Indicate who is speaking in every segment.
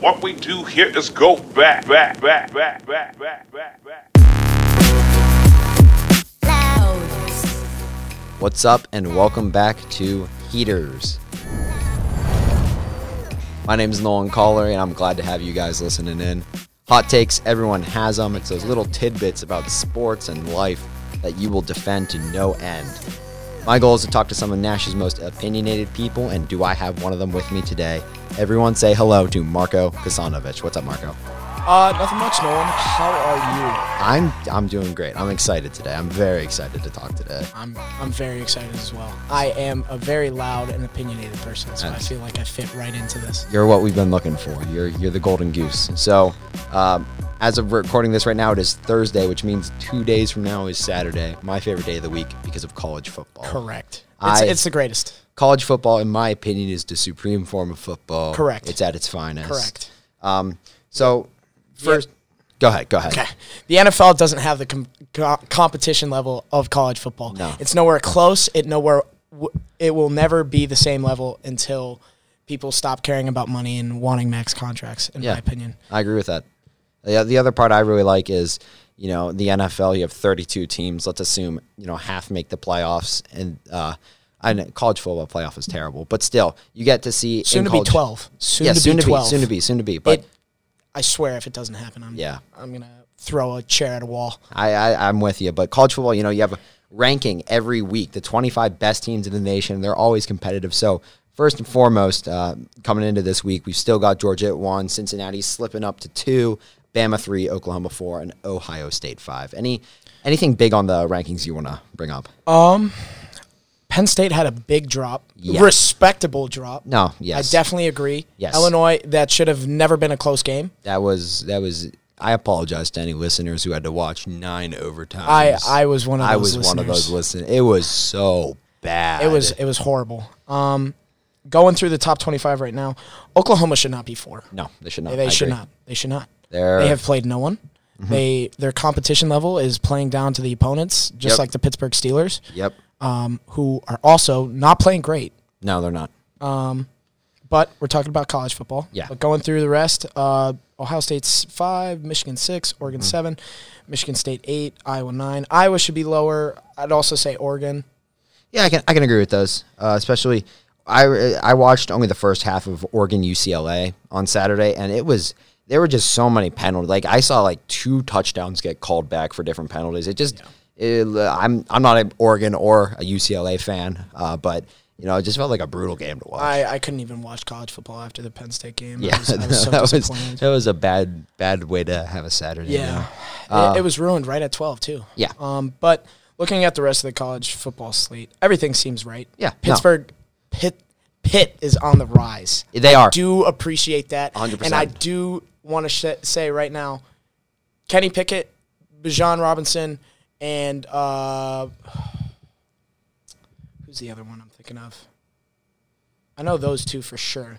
Speaker 1: What we do here is go back, back, back, back, back, back, back, back.
Speaker 2: What's up, and welcome back to Heaters. My name's Nolan Caller, and I'm glad to have you guys listening in. Hot takes, everyone has them. It's those little tidbits about sports and life that you will defend to no end. My goal is to talk to some of Nash's most opinionated people, and do I have one of them with me today? Everyone say hello to Marco Kasanovich. What's up, Marco?
Speaker 3: Uh, nothing much, Nolan. How are you?
Speaker 2: I'm I'm doing great. I'm excited today. I'm very excited to talk today.
Speaker 3: I'm I'm very excited as well. I am a very loud and opinionated person, so
Speaker 2: Nice.
Speaker 3: I feel like I fit right into this.
Speaker 2: You're what we've been looking for. You're you're the golden goose. So, um, as of recording this right now, it is Thursday, which means two days from now is Saturday, my favorite day of the week because of college football.
Speaker 3: Correct. It's,
Speaker 2: I-
Speaker 3: it's the greatest.
Speaker 2: College football, in my opinion, is the supreme form of football.
Speaker 3: Correct.
Speaker 2: It's at its finest.
Speaker 3: Correct.
Speaker 2: Um, so first, go ahead. Go ahead.
Speaker 3: Okay. The NFL doesn't have the com- co- competition level of college football.
Speaker 2: No.
Speaker 3: It's nowhere close. It nowhere. W- it will never be the same level until people stop caring about money and wanting max contracts. In my opinion.
Speaker 2: I agree with that. The, the other part I really like is, you know, the NFL, you have 32 teams. Let's assume, you know, half make the playoffs. And uh, I know college football playoff is terrible, but still, you get to see. in
Speaker 3: Soon to be
Speaker 2: college-
Speaker 3: 12. Soon
Speaker 2: yeah,
Speaker 3: to
Speaker 2: soon
Speaker 3: be
Speaker 2: to
Speaker 3: 12.
Speaker 2: be. Soon to be. Soon to be. But
Speaker 3: It- I swear, if it doesn't happen, I'm
Speaker 2: Yeah.
Speaker 3: I'm gonna throw a chair at a wall.
Speaker 2: I, I, I'm with you. But college football, you know, you have a ranking every week, the 25 best teams in the nation. They're always competitive. So, first and foremost, uh, coming into this week, we've still got Georgia at one, Cincinnati slipping up to two, Bama three, Oklahoma four, and Ohio State five. Any Anything big on the rankings you want to bring up?
Speaker 3: Penn State had a big drop,
Speaker 2: Yeah.
Speaker 3: respectable drop.
Speaker 2: No, yes.
Speaker 3: I definitely agree.
Speaker 2: Yes.
Speaker 3: Illinois, that should have never been a close game.
Speaker 2: that was, that was, I apologize to any listeners who had to watch nine overtimes.
Speaker 3: I, I was one of
Speaker 2: I
Speaker 3: those.
Speaker 2: was one of
Speaker 3: listeners.
Speaker 2: those listeners. It was so bad.
Speaker 3: It was it was horrible. Um, going through the top twenty five right now, Oklahoma should not be four.
Speaker 2: No, they should not.
Speaker 3: they
Speaker 2: I
Speaker 3: should
Speaker 2: agree.
Speaker 3: not. They should not.
Speaker 2: They're- Mm-hmm.
Speaker 3: they have played no one. They their competition level is playing down to the opponents, just
Speaker 2: Yep.
Speaker 3: like the Pittsburgh Steelers,
Speaker 2: Yep.
Speaker 3: um, who are also not playing great.
Speaker 2: No, they're not.
Speaker 3: But we're talking about college football.
Speaker 2: Yeah.
Speaker 3: But going through the rest, uh, Ohio State's five, Michigan six, Oregon
Speaker 2: Mm-hmm.
Speaker 3: seven, Michigan State eight, Iowa nine. Iowa should be lower. I'd also say Oregon.
Speaker 2: Yeah, I can I can agree with those. Uh, especially, I I watched only the first half of Oregon UCLA on Saturday, and it was there were just so many penalties. Like I saw like two touchdowns get called back for different penalties. It just it, I'm I'm not an Oregon or a UCLA fan, uh, but you know it just felt like a brutal game to watch.
Speaker 3: I, I couldn't even watch college football after the Penn State game.
Speaker 2: yeah,
Speaker 3: I was, I was so
Speaker 2: that
Speaker 3: disappointed.
Speaker 2: was that was a bad bad way to have a Saturday. you know?
Speaker 3: yeah. it, it was ruined right at 12, too.
Speaker 2: Um, Yeah.
Speaker 3: Um, but looking at the rest of the college football slate, everything seems right.
Speaker 2: Yeah, no.
Speaker 3: Pittsburgh, Pitt, Pitt is on the rise.
Speaker 2: they are.
Speaker 3: do appreciate that.
Speaker 2: 100%.
Speaker 3: And I do want to sh- say right now, Kenny Pickett, Bijan Robinson, and uh, who's the other one I'm thinking of? I know those two for sure.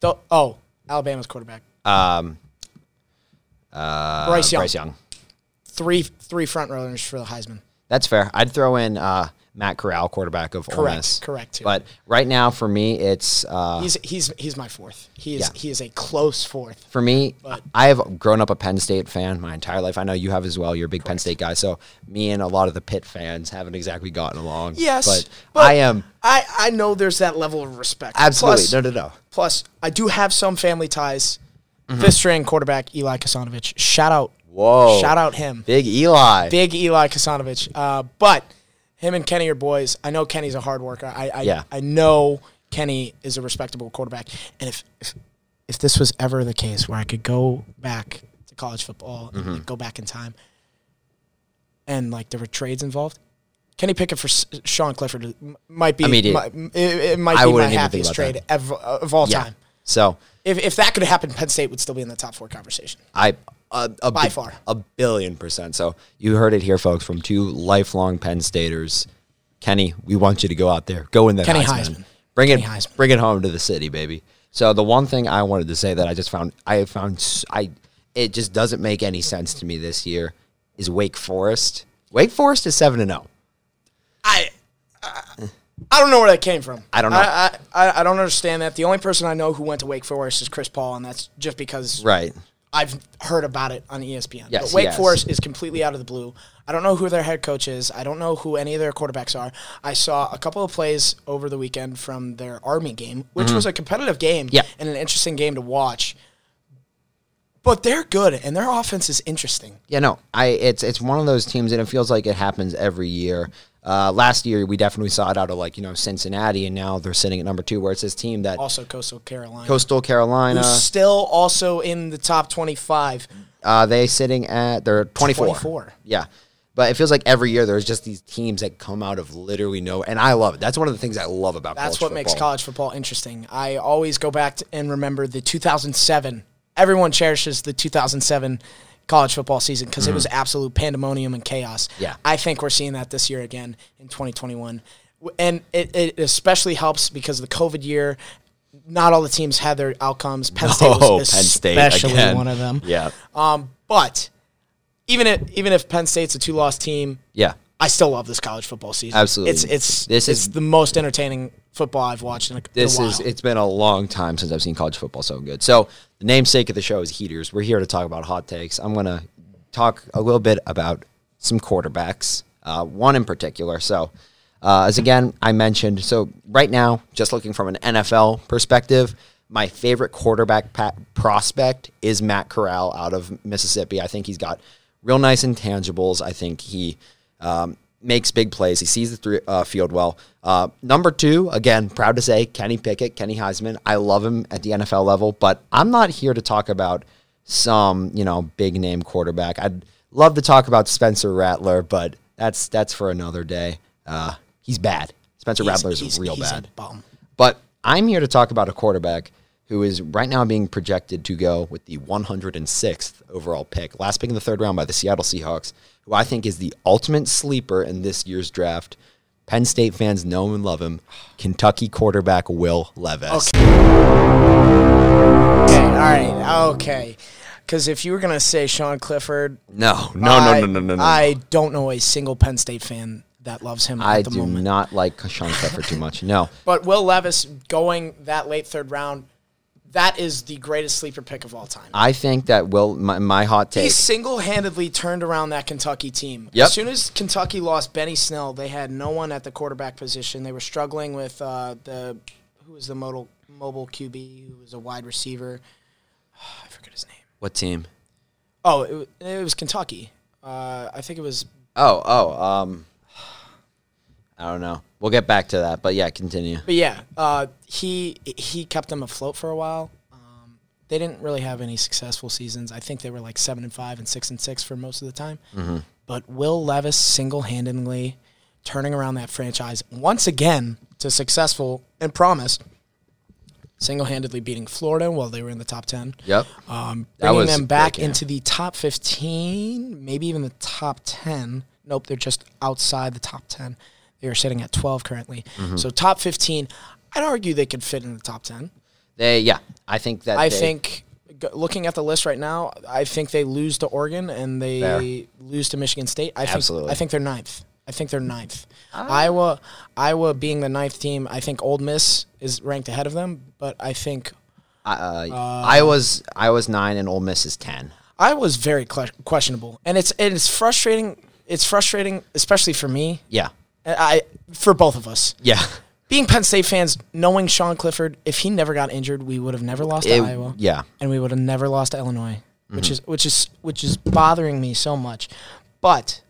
Speaker 3: Tho- oh, Alabama's quarterback.
Speaker 2: Um, uh,
Speaker 3: Bryce Young.
Speaker 2: Bryce Young.
Speaker 3: Three three front runners for the Heisman.
Speaker 2: That's fair. I'd throw in uh, Matt Corral, quarterback of Ole
Speaker 3: Correct,
Speaker 2: Miss.
Speaker 3: correct, too.
Speaker 2: But right now, for me, it's uh,
Speaker 3: He's he's he's my fourth. He is
Speaker 2: Yeah.
Speaker 3: he is a close fourth.
Speaker 2: for me.
Speaker 3: But-
Speaker 2: I have grown up a Penn State fan my entire life. I know you have as well. You're a big Penn State guy, so me and a lot of the Pitt fans haven't exactly gotten along.
Speaker 3: Yes.
Speaker 2: but, I am
Speaker 3: I, I know there's that level of respect.
Speaker 2: absolutely
Speaker 3: Plus-
Speaker 2: no, no, no.
Speaker 3: Plus, I do have some family ties. Fifth string quarterback Eli Kasanovich. Shout out.
Speaker 2: Whoa.
Speaker 3: Shout out him. Big,
Speaker 2: Big Eli.
Speaker 3: Eli Kasanovich. Uh, but him and Kenny are boys. I know Kenny's a hard worker. I I,
Speaker 2: Yeah.
Speaker 3: I know Kenny is a respectable quarterback. And if, if if this was ever the case where I could go back to college football and
Speaker 2: Mm-hmm.
Speaker 3: like, go back in time and like there were trades involved. Kenny Pickett for S- Sean Clifford m- might be
Speaker 2: Immediate.
Speaker 3: my- it, it might
Speaker 2: I
Speaker 3: be my
Speaker 2: wouldn't even think
Speaker 3: happiest
Speaker 2: about that.
Speaker 3: trade ever, of all
Speaker 2: yeah.
Speaker 3: time.
Speaker 2: So
Speaker 3: If, if that could happen, Penn State would still be in the top four conversation.
Speaker 2: I a, a
Speaker 3: By
Speaker 2: bi-
Speaker 3: far.
Speaker 2: a billion percent. So you heard it here, folks, from two lifelong Penn Staters. Kenny, we want you to go out there, go in there,
Speaker 3: Kenny Heisman.
Speaker 2: bring it,
Speaker 3: Kenny Heisman.
Speaker 2: bring it home to the city, baby. So the one thing I wanted to say that I just found, I found, s- I it just doesn't make any sense to me this year oh. is Wake Forest. Wake Forest is seven and zero.
Speaker 3: I I don't know where that came from.
Speaker 2: I don't know.
Speaker 3: I, I, I- I don't understand that. The only person I know who went to Wake Forest is Chris Paul, and that's just because
Speaker 2: Right.
Speaker 3: I've heard about it on E ESPN.
Speaker 2: Yes,
Speaker 3: but Wake
Speaker 2: yes.
Speaker 3: Forest is completely out of the blue. I don't know who their head coach is. I don't know who any of their quarterbacks are. I saw a couple of plays over the weekend from their Army game, which was a competitive game
Speaker 2: Mm-hmm. Yeah.
Speaker 3: and an interesting game to watch. But they're good, and their offense is interesting.
Speaker 2: Yeah, no, I it's it's one of those teams, and it feels like it happens every year. Uh, last year, we definitely saw it out of like you know Cincinnati, and now they're sitting at number two, where it's this team that
Speaker 3: Also, Coastal Carolina,
Speaker 2: Coastal Carolina.
Speaker 3: who's still also in the top twenty-five.
Speaker 2: Uh, they sitting at they're 24.
Speaker 3: 24.
Speaker 2: Yeah. But it feels like every year there's just these teams that come out of literally no, and I love it. That's one of the things I love about.
Speaker 3: That's
Speaker 2: college
Speaker 3: what makes
Speaker 2: football.
Speaker 3: college football interesting. I always go back to, and remember the 2007. Everyone cherishes the 2007 college football season because it was absolute pandemonium and chaos.
Speaker 2: Mm-hmm. Yeah.
Speaker 3: I think we're seeing that this year again in 2021. W- And it, it especially helps because of the COVID year, not all the teams had their outcomes. Penn State
Speaker 2: Oh,
Speaker 3: was
Speaker 2: Penn State
Speaker 3: especially
Speaker 2: again.
Speaker 3: one of them. Uh,
Speaker 2: Yeah,
Speaker 3: But even if, even if Penn State's a two-loss team,
Speaker 2: yeah,
Speaker 3: I still love this college football season.
Speaker 2: Absolutely.
Speaker 3: it's
Speaker 2: This
Speaker 3: it's this
Speaker 2: is-
Speaker 3: is the most entertaining football I've watched in a,
Speaker 2: this
Speaker 3: in a while.
Speaker 2: is it's been a long time since I've seen college football so good. So the namesake of the show is Heaters. We're here to talk about hot takes. I'm gonna talk a little bit about some quarterbacks, uh, one in particular. So uh, as again I mentioned, so right now, just looking from an NFL perspective, my favorite quarterback pa- prospect is Matt Corral out of Mississippi. I think he's got real nice intangibles. I think he um, makes big plays. He sees the three, uh, field well. Uh, number two, again, proud to say, Kenny Pickett, Kenny Heisman. I love him at the NFL level, but I'm not here to talk about some you know big name quarterback. I'd love to talk about Spencer Rattler, but that's that's for another day. Uh, he's bad. Spencer
Speaker 3: He's-
Speaker 2: Rattler is
Speaker 3: he's-
Speaker 2: real
Speaker 3: he's a
Speaker 2: bad.
Speaker 3: bum.
Speaker 2: But I'm here to talk about a quarterback who is right now being projected to go with the 106th overall pick, last pick in the third round by the Seattle Seahawks, who I think is the ultimate sleeper in this year's draft. Penn State fans know and love him. Kentucky quarterback Will Levis.
Speaker 3: Okay, all right, okay. Because if you were gonna say Sean Clifford,
Speaker 2: No, no, no,
Speaker 3: I,
Speaker 2: no, no, no, no.
Speaker 3: I don't know a single Penn State fan that loves him
Speaker 2: I
Speaker 3: at the
Speaker 2: do
Speaker 3: moment.
Speaker 2: not like Sean Clifford too much. No.
Speaker 3: But Will Levis going that late third round, that is the greatest sleeper pick of all time.
Speaker 2: I think that Will, my, my hot
Speaker 3: He
Speaker 2: take.
Speaker 3: single-handedly turned around that Kentucky team.
Speaker 2: Yep.
Speaker 3: As soon as Kentucky lost Benny Snell, they had no one at the quarterback position. They were struggling with uh, the who was the modal, mobile QB, who was a wide receiver. I forget his name.
Speaker 2: What team?
Speaker 3: Oh, it, wa- it was Kentucky. Uh, I think it was.
Speaker 2: Oh, oh, um, I don't know. We'll get back to that, but yeah, continue.
Speaker 3: But yeah, uh, he he kept them afloat for a while. Um, they didn't really have any successful seasons. I think they were like seven and five and six and six for most of the time. But Will Levis single handedly turning around that franchise once again to successful and promise. Single handedly beating Florida while they were in the top ten.
Speaker 2: Yep.
Speaker 3: Um,
Speaker 2: That
Speaker 3: bringing
Speaker 2: was a
Speaker 3: them
Speaker 2: great
Speaker 3: back
Speaker 2: game.
Speaker 3: into the top 15, maybe even the top 10. Nope, they're just outside the top 10. They are sitting at 12 currently.
Speaker 2: Mm-hmm.
Speaker 3: So top 15, I'd argue they could fit in the top 10.
Speaker 2: They yeah, I think that
Speaker 3: I
Speaker 2: they-
Speaker 3: think g- looking at the list right now, I think they lose to Oregon and they
Speaker 2: Fair.
Speaker 3: lose to Michigan State. I
Speaker 2: Absolutely. Ah.
Speaker 3: Think, I think they're ninth. I think they're ninth. Iowa, Iowa being the ninth team, I think Old Miss is ranked ahead of them. But I think
Speaker 2: uh, I was I was nine and Ole Miss is ten.
Speaker 3: I was very cle- questionable, and it's and it's frustrating. It's frustrating, especially for me.
Speaker 2: Yeah,
Speaker 3: and I for both of us.
Speaker 2: yeah.
Speaker 3: Being Penn State fans, knowing Sean Clifford, if he never got injured, we would have never lost
Speaker 2: It-
Speaker 3: to Iowa.
Speaker 2: yeah. Mm-hmm.
Speaker 3: and we would have never lost to Illinois, which is which is which is bothering me so much. But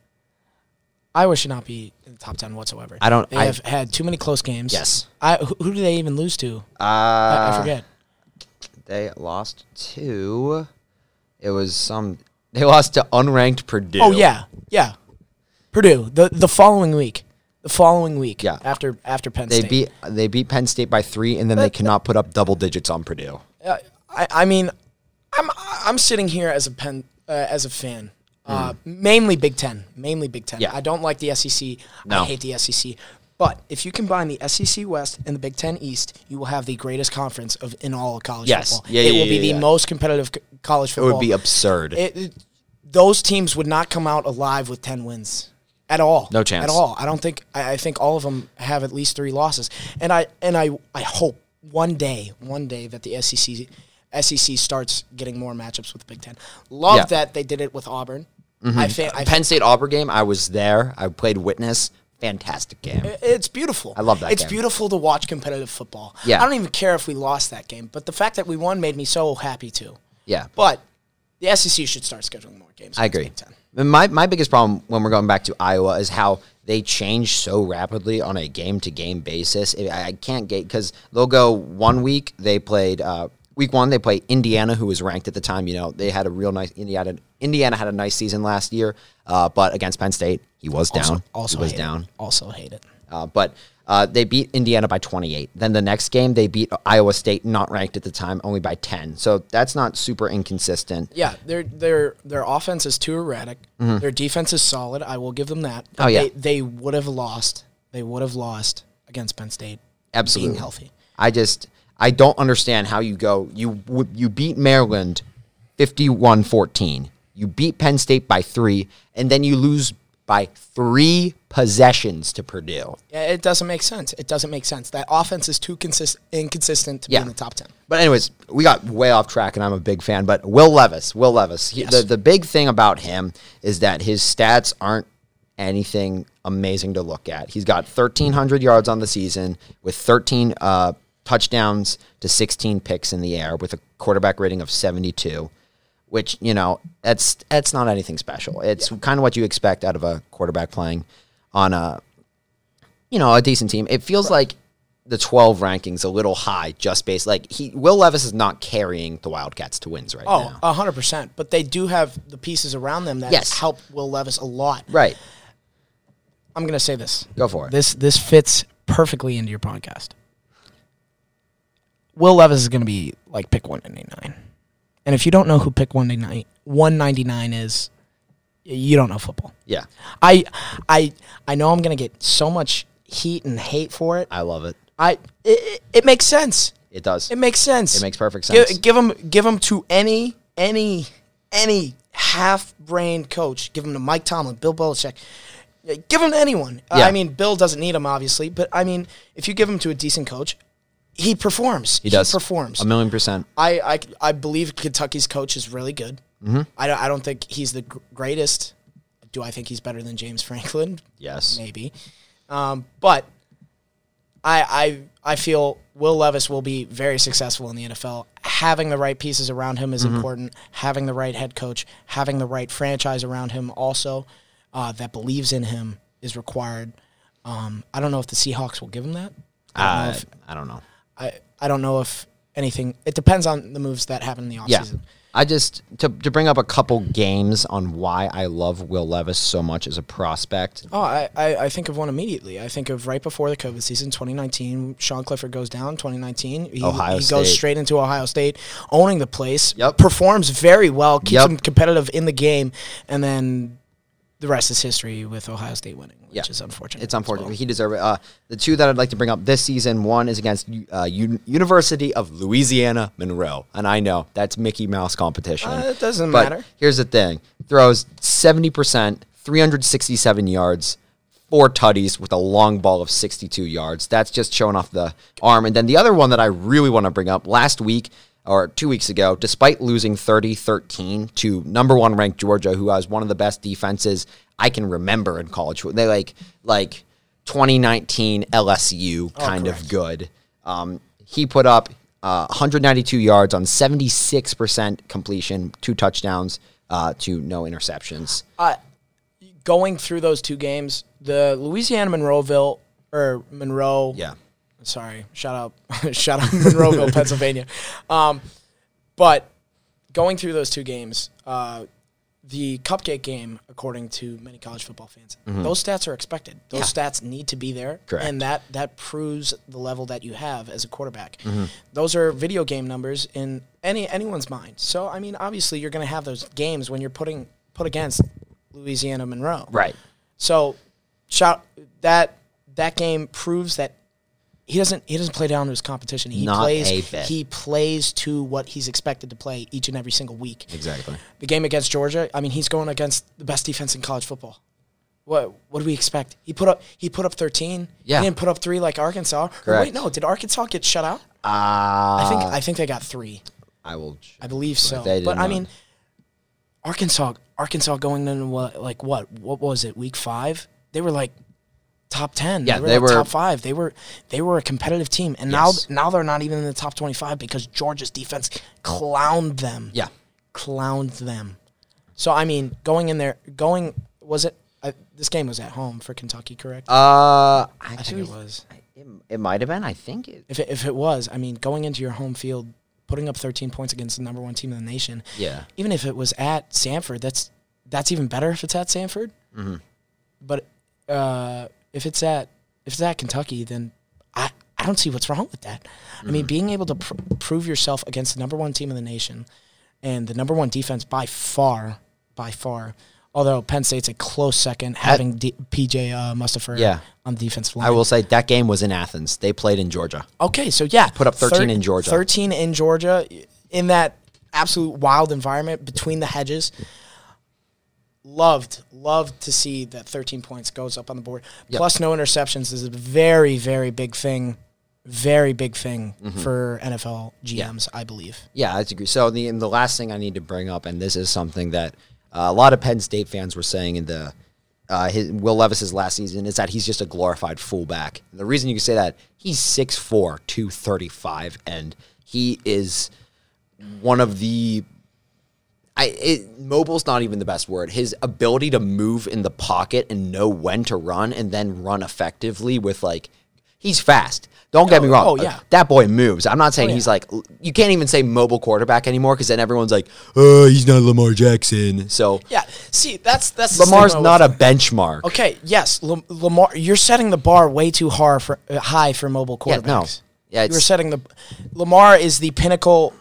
Speaker 3: Iowa should not be in the top ten whatsoever.
Speaker 2: I don't-
Speaker 3: They
Speaker 2: I-
Speaker 3: have had too many close games.
Speaker 2: Yes.
Speaker 3: I who, who do they even lose to?
Speaker 2: Uh,
Speaker 3: I, I forget.
Speaker 2: they lost to. It was some. They lost to unranked Purdue.
Speaker 3: Oh yeah, yeah. Purdue the the following week, the following week.
Speaker 2: Yeah.
Speaker 3: After after Penn
Speaker 2: They
Speaker 3: State.
Speaker 2: beat they beat Penn State by three, and then they cannot put up double digits on Purdue.
Speaker 3: Uh, I I mean, I'm I'm sitting here as a pen uh, as a fan. Uh, mainly Big Ten, mainly Big Ten.
Speaker 2: Mm. Yeah.
Speaker 3: I don't like the SEC.
Speaker 2: No.
Speaker 3: I hate the SEC. But if you combine the SEC West and the Big Ten East, you will have the greatest conference of in all of college
Speaker 2: Yes.
Speaker 3: football.
Speaker 2: Yeah,
Speaker 3: it
Speaker 2: yeah,
Speaker 3: will be
Speaker 2: yeah,
Speaker 3: the
Speaker 2: yeah.
Speaker 3: most competitive c- college
Speaker 2: It
Speaker 3: football.
Speaker 2: would be absurd.
Speaker 3: It- it- those teams would not come out alive with ten wins. at all.
Speaker 2: No chance.
Speaker 3: at all. I don't think. I, I think all of them have at least three losses, and I and I I hope one day, one day that the E SEC SEC E starts getting more matchups with the Big Ten. Love
Speaker 2: Yeah. Mm-hmm.
Speaker 3: that they did it with Auburn. I, fa- I
Speaker 2: Penn State Auburn game. I was there. I played witness. Fantastic game.
Speaker 3: It's beautiful. I
Speaker 2: love that
Speaker 3: It's
Speaker 2: game.
Speaker 3: beautiful to watch competitive football.
Speaker 2: Yeah.
Speaker 3: I don't even care if we lost that game, but the fact that we won made me so happy too.
Speaker 2: Yeah.
Speaker 3: But the SEC should start scheduling more games.
Speaker 2: I
Speaker 3: against
Speaker 2: agree.
Speaker 3: Big Ten.
Speaker 2: And My my biggest problem when we're going back to Iowa is how they change so rapidly on a game to game basis. I I can't get because they'll go one week they played uh, week one they play Indiana who was ranked at the time. You know they had a real nice Indiana. Indiana had a nice season last year, uh, but against Penn State he was down.
Speaker 3: Also, also
Speaker 2: he was
Speaker 3: hate
Speaker 2: down.
Speaker 3: It. Also hate it.
Speaker 2: Uh, but uh, they beat Indiana by 28. Then the next game, they beat Iowa State, not ranked at the time, only by 10. So that's not super inconsistent.
Speaker 3: Yeah, their their their offense is too erratic. Their defense is solid. I will give them that.
Speaker 2: Mm-hmm. Oh, yeah.
Speaker 3: They, they would have lost. They would have lost against Penn State.
Speaker 2: Absolutely.
Speaker 3: Being healthy.
Speaker 2: I just, I don't understand how you go. You w- you beat Maryland 51 14. You beat Penn State by three, and then you lose by three possessions to Purdue.
Speaker 3: Yeah, It doesn't make sense. It doesn't make sense. That offense is too consist- inconsistent to be
Speaker 2: Yeah.
Speaker 3: in the top ten.
Speaker 2: But anyways, we got way off track, and I'm a big fan. But Will Levis, Will Levis, he, the the big thing about him is that his stats aren't anything amazing to look at. He's got 1,300 yards on the season with 13 uh, touchdowns to 16 picks in the air with a quarterback rating of 72, which you know that's that's not anything special. It's kind of what you expect out of a quarterback playing on a you know, a decent team. It feels like the 12 rankings a little high just based like he Will Levis is not carrying the Wildcats to wins right
Speaker 3: Oh,
Speaker 2: now.
Speaker 3: a hundred percent. But they do have the pieces around them that
Speaker 2: Yes.
Speaker 3: help Will Levis a lot.
Speaker 2: Right.
Speaker 3: I'm gonna say this.
Speaker 2: Go for it.
Speaker 3: This this fits perfectly into your podcast. Will Levis is gonna be like pick one ninety nine. And if you don't know who pick one ninety nine one ninety nine is, y- you don't know football.
Speaker 2: yeah.
Speaker 3: I I I know I'm gonna get so much heat and hate for it.
Speaker 2: I love it.
Speaker 3: I it, it, it makes sense.
Speaker 2: It does.
Speaker 3: It makes sense.
Speaker 2: It makes perfect
Speaker 3: Gi-
Speaker 2: sense.
Speaker 3: Give, them, give them to any, any, any half-brained coach. Give them to Mike Tomlin, Bill Belichick. Yeah, Give them to anyone. Uh,
Speaker 2: Yeah.
Speaker 3: I mean, Bill doesn't need them obviously, but I mean, if you give him to a decent coach, he performs.
Speaker 2: he does.
Speaker 3: performs.
Speaker 2: A million percent.
Speaker 3: I, I, I believe Kentucky's coach is really good.
Speaker 2: Mm-hmm.
Speaker 3: I, don't, I don't think he's the gr- greatest. Do I think he's better than James Franklin?
Speaker 2: Yes.
Speaker 3: maybe. Um, but I, I I feel Will Levis will be very successful in the NFL. Having the right pieces around him is important. Having the right head coach, having the right franchise around him also uh, that believes in him is required. Um, I don't know if the Seahawks will give him that. I don't,
Speaker 2: Uh,
Speaker 3: know, if,
Speaker 2: I don't know.
Speaker 3: I, I don't know if anything. It depends on the moves that happen in the
Speaker 2: Yeah.
Speaker 3: offseason.
Speaker 2: I just to, to bring up a couple games on why I love Will Levis so much as a prospect.
Speaker 3: Oh, I, I, I think of one immediately. I think of right before the COVID season, 2019. Sean Clifford goes down, 2019. He,
Speaker 2: Ohio
Speaker 3: he goes
Speaker 2: State.
Speaker 3: straight into Ohio State, owning the place.
Speaker 2: Yep.
Speaker 3: Performs very well, keeps
Speaker 2: Yep.
Speaker 3: him competitive in the game, and then the rest is history with Ohio State winning, which
Speaker 2: Yeah.
Speaker 3: is unfortunate.
Speaker 2: It's
Speaker 3: as
Speaker 2: unfortunate.
Speaker 3: well.
Speaker 2: He deserved it. Uh, the two that I'd like to bring up this season one is against uh, Un- University of Louisiana Monroe. And I know that's Mickey Mouse competition.
Speaker 3: Uh, it doesn't
Speaker 2: But
Speaker 3: matter.
Speaker 2: Here's the thing throws 70%, 367 yards, four tutties with a long ball of 62 yards. That's just showing off the arm. And then the other one that I really want to bring up last week or two weeks ago, despite losing 30 13 to number one ranked Georgia, who has one of the best defenses I can remember in college. fo- They like, like, 2019 LSU
Speaker 3: Oh,
Speaker 2: kind of good. Um, he put up uh, 192 yards on 76% completion, two touchdowns uh, to no interceptions.
Speaker 3: Uh, Going through those two games, the Louisiana Monroeville or Monroe.
Speaker 2: Yeah.
Speaker 3: sorry, shout out, shout out Monroeville, Pennsylvania. Um, but going through those two games, uh, the cupcake game, according to many college football fans, those stats are expected. Those stats need to be there,
Speaker 2: Mm-hmm. Correct.
Speaker 3: and that that proves the level that you have as a quarterback.
Speaker 2: Mm-hmm.
Speaker 3: Those are video game numbers in any anyone's mind. So I mean, obviously, you're going to have those games when you're putting put against Louisiana Monroe,
Speaker 2: Right.
Speaker 3: so, shout that that game proves that he doesn't he doesn't play down to his competition. He
Speaker 2: Not
Speaker 3: plays
Speaker 2: a bit.
Speaker 3: he plays to what he's expected to play each and every single week.
Speaker 2: Exactly.
Speaker 3: The game against Georgia, I mean, he's going against the best defense in college football. What what do we expect? He put up he put up thirteen.
Speaker 2: Yeah.
Speaker 3: He didn't put up three like Arkansas. Or
Speaker 2: Correct.
Speaker 3: wait, no, did Arkansas get shut out?
Speaker 2: Ah,
Speaker 3: I think I think they got three.
Speaker 2: I will.
Speaker 3: I believe so.
Speaker 2: they did
Speaker 3: But I
Speaker 2: not.
Speaker 3: mean, Arkansas, Arkansas going into what, like what, what was it, week five? They were like top ten.
Speaker 2: Yeah,
Speaker 3: they were,
Speaker 2: they
Speaker 3: like
Speaker 2: were-
Speaker 3: top five. They were they were a competitive team, and
Speaker 2: Yes.
Speaker 3: now now they're not even in the top twenty five because Georgia's defense clowned them.
Speaker 2: Yeah,
Speaker 3: clowned them. So I mean, going in there, going was it? I, this game was at home for Kentucky, correct?
Speaker 2: uh,
Speaker 3: I think it was.
Speaker 2: It, it might have been. I think it.
Speaker 3: If it, if it was, I mean, going into your home field, putting up 13 points against the number one team in the nation.
Speaker 2: Yeah.
Speaker 3: Even if it was at Sanford, that's that's even better if it's at Sanford. Mm-hmm. But uh, if it's at if it's at Kentucky, then I I don't see what's wrong with that. I
Speaker 2: Mm-hmm.
Speaker 3: mean, being able to pr- prove yourself against the number one team in the nation and the number one defense by far, by far. Although Penn State's a close second, having D- PJ uh, Mustafer
Speaker 2: Yeah.
Speaker 3: on the defense line.
Speaker 2: I will say that game was in Athens. They played in Georgia.
Speaker 3: Okay, so yeah, put
Speaker 2: up 13 in Georgia.
Speaker 3: Thirteen in Georgia, in that absolute wild environment between the hedges. Loved, loved to see that thirteen points goes up on the board. Plus, no interceptions is a very, very big thing. Very big thing for NFL GMs, I believe.
Speaker 2: Mm-hmm. Yeah, I agree. So the and the last thing I need to bring up, and this is something that uh, a lot of Penn State fans were saying in the uh, his, Will Levis's last season is that he's just a glorified fullback. And the reason you can say that he's 6'4", 235, and he is one of the I it, mobile's not even the best word. His ability to move in the pocket and know when to run and then run effectively with like he's fast. Don't get me
Speaker 3: Oh,
Speaker 2: wrong.
Speaker 3: oh, yeah.
Speaker 2: That boy moves.
Speaker 3: Oh,
Speaker 2: I'm not saying he's like you can't even say mobile quarterback anymore because then everyone's like, oh, he's not Lamar Jackson. So
Speaker 3: Yeah, see, that's that's the
Speaker 2: Lamar's
Speaker 3: stigma
Speaker 2: not
Speaker 3: with-
Speaker 2: a benchmark.
Speaker 3: okay. Yes, Lam- Lamar, you're setting the bar way too hard for uh, high for mobile
Speaker 2: Yeah,
Speaker 3: quarterbacks.
Speaker 2: no. Yeah,
Speaker 3: you were
Speaker 2: it's-
Speaker 3: setting the Lamar is the pinnacle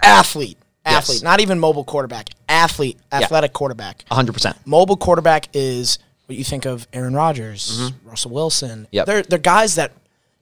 Speaker 3: athlete,
Speaker 2: Yes.
Speaker 3: athlete, not even mobile quarterback, athlete, athletic quarterback.
Speaker 2: 100%.
Speaker 3: Mobile quarterback is what you think of Aaron Rodgers, Russell Wilson.
Speaker 2: Mm-hmm. Yep.
Speaker 3: They're they're guys that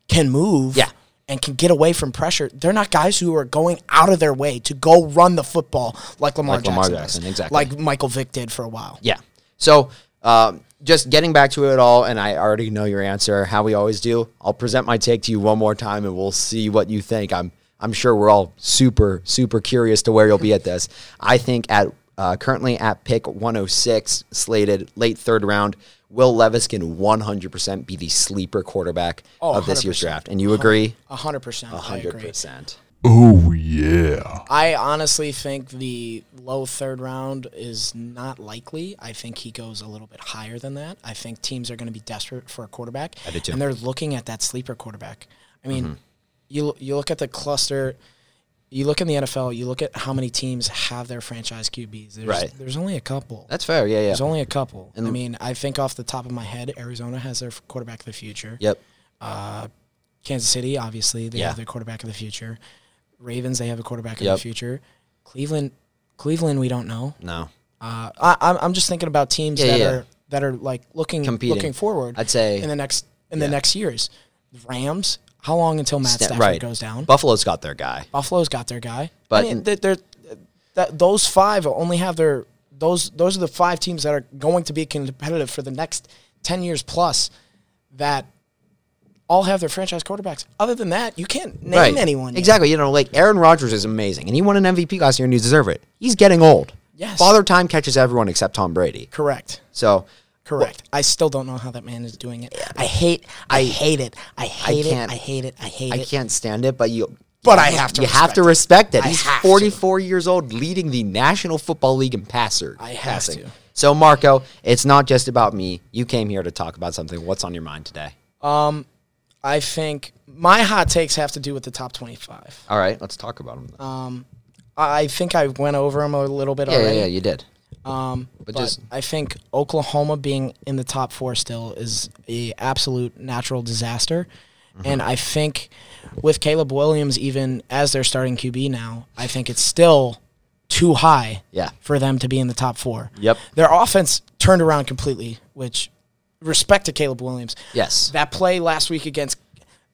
Speaker 3: can move
Speaker 2: Yeah.
Speaker 3: and can get away from pressure. They're not guys who are going out of their way to go run the football like Lamar
Speaker 2: Like
Speaker 3: Jackson.
Speaker 2: Lamar
Speaker 3: does,
Speaker 2: Jackson, exactly.
Speaker 3: Like Michael Vick did for a while.
Speaker 2: Yeah. So um, just getting back to it all, and I already know your answer, how we always do. I'll present my take to you one more time, and we'll see what you think. I'm I'm sure we're all super super curious to where you'll be at this. I think at uh, currently at pick 106, slated late third round, Will Levis can 100% be the sleeper quarterback
Speaker 3: Oh,
Speaker 2: of this year's
Speaker 3: 100%.
Speaker 2: draft. And you agree?
Speaker 3: A hundred percent. I agree.
Speaker 2: 100%.
Speaker 3: I honestly think the low third round is not likely. I think he goes a little bit higher than that. I think teams are going to be desperate for a quarterback,
Speaker 2: do too. Mm-hmm.
Speaker 3: and they're looking at that sleeper quarterback. I mean, you you look at the cluster. You look in the NFL. You look at how many teams have their franchise QBs. There's,
Speaker 2: Right.
Speaker 3: There's only a couple.
Speaker 2: That's fair. Yeah, yeah.
Speaker 3: there's only a couple. I mean, I think off the top of my head, Arizona has their quarterback of the future.
Speaker 2: yep.
Speaker 3: Kansas City, obviously, they
Speaker 2: Yeah.
Speaker 3: have their quarterback of the future. Ravens, they have a quarterback of
Speaker 2: Yep.
Speaker 3: the future. Cleveland, Cleveland, we don't know.
Speaker 2: No.
Speaker 3: Uh, I, I'm I'm just thinking about teams
Speaker 2: Yeah,
Speaker 3: that
Speaker 2: yeah.
Speaker 3: are that are like looking
Speaker 2: Competing.
Speaker 3: looking forward.
Speaker 2: I'd say-
Speaker 3: in the next in the next years, Rams. How long until Matt
Speaker 2: Sta-
Speaker 3: Stafford
Speaker 2: right.
Speaker 3: goes down?
Speaker 2: Buffalo's got their guy.
Speaker 3: Buffalo's got their guy,
Speaker 2: But
Speaker 3: I mean,
Speaker 2: in-
Speaker 3: they- they're, that those five only have their those those are the five teams that are going to be competitive for the next ten years plus. That all have their franchise quarterbacks. Other than that, you can't name anyone. yet.
Speaker 2: Exactly. You know, like Aaron Rodgers is amazing, and he won an MVP last year, and you deserve it. He's getting old.
Speaker 3: Yes.
Speaker 2: Father time catches everyone except Tom Brady.
Speaker 3: Correct.
Speaker 2: So
Speaker 3: Correct. I still don't know how that man is doing it. I hate. I, hate it. I hate
Speaker 2: can't-
Speaker 3: it. I hate it. I hate
Speaker 2: I
Speaker 3: it.
Speaker 2: can't stand it, but you.
Speaker 3: But I have to
Speaker 2: You have
Speaker 3: respect
Speaker 2: to
Speaker 3: it.
Speaker 2: respect it.
Speaker 3: I
Speaker 2: He's
Speaker 3: have to.
Speaker 2: 44 years old, leading the National Football League in passer.
Speaker 3: I have
Speaker 2: passing.
Speaker 3: to.
Speaker 2: So Marco, it's not just about me. You came here to talk about something. What's on your mind today?
Speaker 3: I think my hot takes have to do with the top twenty-five.
Speaker 2: All right, let's talk about them.
Speaker 3: I think I went over them a little bit
Speaker 2: yeah, yeah,
Speaker 3: already.
Speaker 2: yeah, you did.
Speaker 3: Um, but,
Speaker 2: just-
Speaker 3: I think Oklahoma being in the top four still is a absolute natural disaster,
Speaker 2: Mm-hmm.
Speaker 3: and I think with Caleb Williams even as their starting QB now, I think it's still too high.
Speaker 2: Yeah.
Speaker 3: for them to be in the top four.
Speaker 2: Yep.
Speaker 3: their offense turned around completely, which respect to Caleb Williams.
Speaker 2: Yes.
Speaker 3: that play last week against.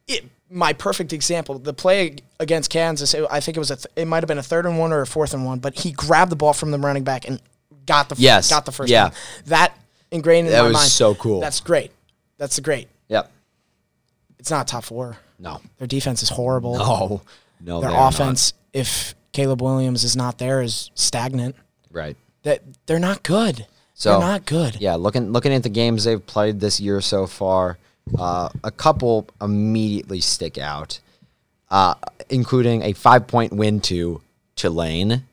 Speaker 3: It, my perfect example, the play against Kansas. it- I think it was a. Th- it might have been a third and one or a fourth and one, but he grabbed the ball from the running back and got the
Speaker 2: Yes.
Speaker 3: got the first
Speaker 2: Yeah.
Speaker 3: down. That ingrained in
Speaker 2: That
Speaker 3: my
Speaker 2: was
Speaker 3: mind.
Speaker 2: so cool.
Speaker 3: That's great. That's great.
Speaker 2: Yep.
Speaker 3: It's not top four.
Speaker 2: No.
Speaker 3: Their defense is horrible.
Speaker 2: No. No.
Speaker 3: Their
Speaker 2: they are not.
Speaker 3: offense, if Caleb Williams is not there, is stagnant.
Speaker 2: Right.
Speaker 3: That they're not good.
Speaker 2: So
Speaker 3: they're not good.
Speaker 2: Yeah, looking looking at the games they've played this year so far, uh, a couple immediately stick out, uh, including a five point win to Tulane,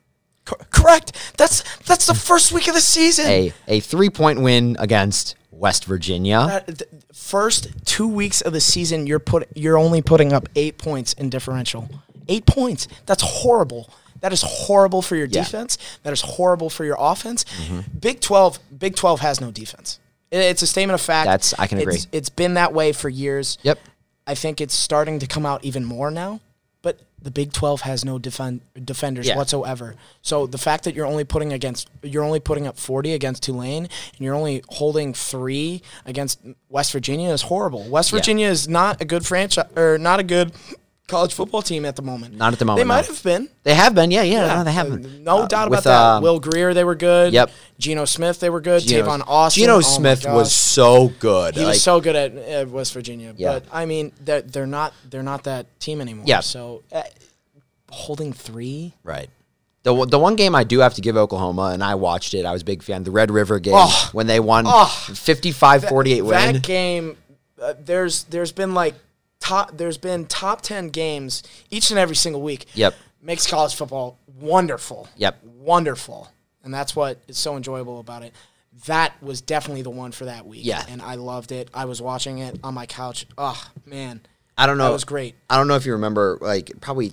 Speaker 3: Cor- correct. That's that's the first week of the season.
Speaker 2: a a three point win against West Virginia.
Speaker 3: That- th- first two weeks of the season, you're put you're only putting up eight points in differential. Eight points. That's horrible. That is horrible for your
Speaker 2: Yeah. Mm-hmm.
Speaker 3: defense. That is horrible for your offense. Big Twelve. Big Twelve has no defense. I- It's a statement of fact.
Speaker 2: That's- I can
Speaker 3: It's-
Speaker 2: agree.
Speaker 3: it's been that way for years.
Speaker 2: Yep.
Speaker 3: I think it's starting to come out even more now. But the Big Twelve has no defend, defenders
Speaker 2: Yeah.
Speaker 3: whatsoever. So the fact that you're only putting against you're only putting up 40 against Tulane and you're only holding three against West Virginia is horrible. West Virginia is not a good franchise or not a good college football team at the moment.
Speaker 2: Not at the
Speaker 3: They
Speaker 2: moment,
Speaker 3: might
Speaker 2: no.
Speaker 3: have been.
Speaker 2: They have been, yeah, yeah,
Speaker 3: Yeah.
Speaker 2: no, they haven't.
Speaker 3: No
Speaker 2: Uh,
Speaker 3: doubt about
Speaker 2: with,
Speaker 3: that.
Speaker 2: uh,
Speaker 3: Will Greer, they were good.
Speaker 2: Yep.
Speaker 3: Geno Smith, they were good.
Speaker 2: Geno-
Speaker 3: Tavon Austin.
Speaker 2: Geno
Speaker 3: oh my
Speaker 2: Smith was
Speaker 3: gosh.
Speaker 2: so good.
Speaker 3: He
Speaker 2: like-
Speaker 3: was so good at, at West Virginia,
Speaker 2: Yeah.
Speaker 3: but I mean, they're, they're not they're not that team anymore.
Speaker 2: Yeah.
Speaker 3: So uh, holding three,
Speaker 2: Right. The, one- the one game I do have to give Oklahoma, and I watched it. I was a big fan. The Red River game
Speaker 3: Oh.
Speaker 2: when they won
Speaker 3: Oh.
Speaker 2: 55-48
Speaker 3: that
Speaker 2: win.
Speaker 3: game, uh, there's there's been like top there's been top ten games each and every single week.
Speaker 2: Yep.
Speaker 3: Makes college football wonderful.
Speaker 2: Yep.
Speaker 3: Wonderful, and that's what is so enjoyable about it. That was definitely the one for that week.
Speaker 2: Yeah.
Speaker 3: And I loved it. I was watching it on my couch. Oh man.
Speaker 2: I don't know.
Speaker 3: That was great.
Speaker 2: I don't know if you remember, like probably